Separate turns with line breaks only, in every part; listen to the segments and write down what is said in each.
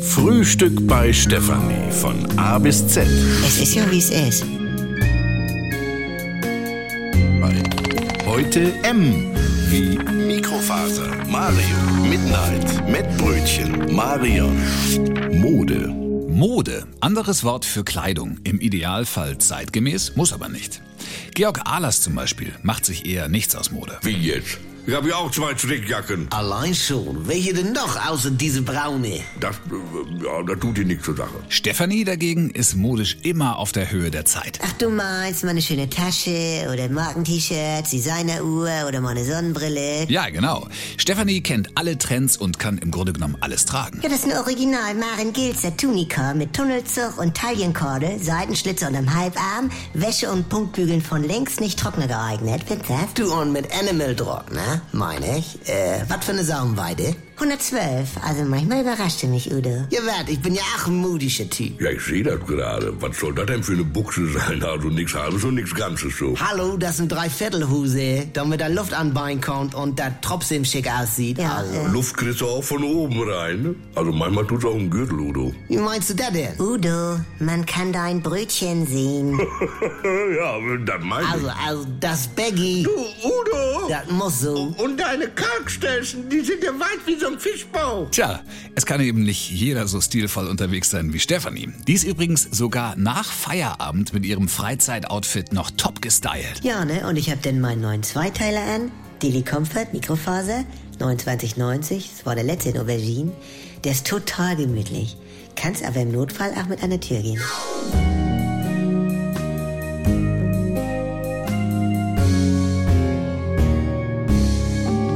Frühstück bei Stefanie von A bis Z.
Es ist ja, wie es ist.
Bei Heute M wie Mikrofaser, Mario, Midnight, Mettbrötchen, Marion, Mode.
Mode, anderes Wort für Kleidung, im Idealfall zeitgemäß, muss aber nicht. Georg Ahlers zum Beispiel macht sich eher nichts aus Mode.
Wie jetzt? Ich habe ja auch zwei Strickjacken.
Allein schon. Welche denn noch außer diese braune?
Das, äh, ja, das tut dir nichts zur Sache.
Stefanie dagegen ist modisch immer auf der Höhe der Zeit.
Ach, du meinst meine schöne Tasche oder Marken-T-Shirts, Designeruhr oder meine Sonnenbrille.
Ja, genau. Stefanie kennt alle Trends und kann im Grunde genommen alles tragen.
Ja, das ist ein Original Maren Gilzer Tunika mit Tunnelzug und Taillenkorde, Seitenschlitze unterm Halbarm, Wäsche und Punktbügeln von längst nicht trockener geeignet. Bitte?
Du und mit Animal Drop, ne? Meine ich. Äh, was für eine Saumweide?
112, also manchmal überrascht du mich, Udo.
Ihr werdet, ich bin ja auch ein mudischer Typ.
Ja, ich sehe das gerade. Was soll das denn für eine Buchse sein? Also nichts Halbes und nichts Ganzes so.
Hallo, das ist eine Dreiviertelhose, damit der Luft an Bein kommt und der trotzdem schick aussieht.
Ja,
also.
äh,
Luft kriegst du auch von oben rein. ne? Also manchmal tut's auch im Gürtel, Udo.
Wie meinst du das denn?
Udo, man kann dein Brötchen sehen.
ja, das meine ich.
Also, also, das Baggy,
du, Udo!
das muss so.
Und deine Kalkstelzen, die sind ja weit wie so ein Fischbau.
Tja, es kann eben nicht jeder so stilvoll unterwegs sein wie Stefanie. Die ist übrigens sogar nach Feierabend mit ihrem Freizeitoutfit noch top gestylt.
Ja, ne? Und ich hab dann meinen neuen Zweiteiler an. Dili Comfort, Mikrofaser, 2990. Das war der letzte in Aubergine. Der ist total gemütlich. Kannst aber im Notfall auch mit an der Tür gehen.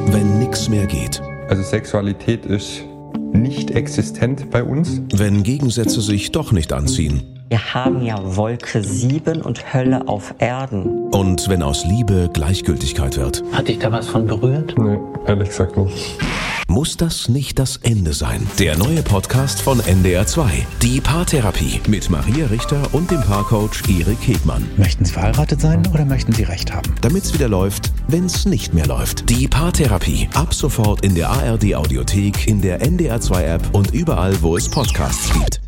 Wenn nix mehr geht.
Also Sexualität ist nicht existent bei uns.
Wenn Gegensätze sich doch nicht anziehen.
Wir haben ja Wolke 7 und Hölle auf Erden.
Und wenn aus Liebe Gleichgültigkeit wird.
Hat dich da was von berührt?
Nee, ehrlich gesagt nicht.
Muss das nicht das Ende sein? Der neue Podcast von NDR2. Die Paartherapie. Mit Maria Richter und dem Paarcoach Erik Hegmann.
Möchten Sie verheiratet sein oder möchten Sie Recht haben?
Damit's wieder läuft, wenn's nicht mehr läuft. Die Paartherapie. Ab sofort in der ARD Audiothek, in der NDR2 App und überall, wo es Podcasts gibt.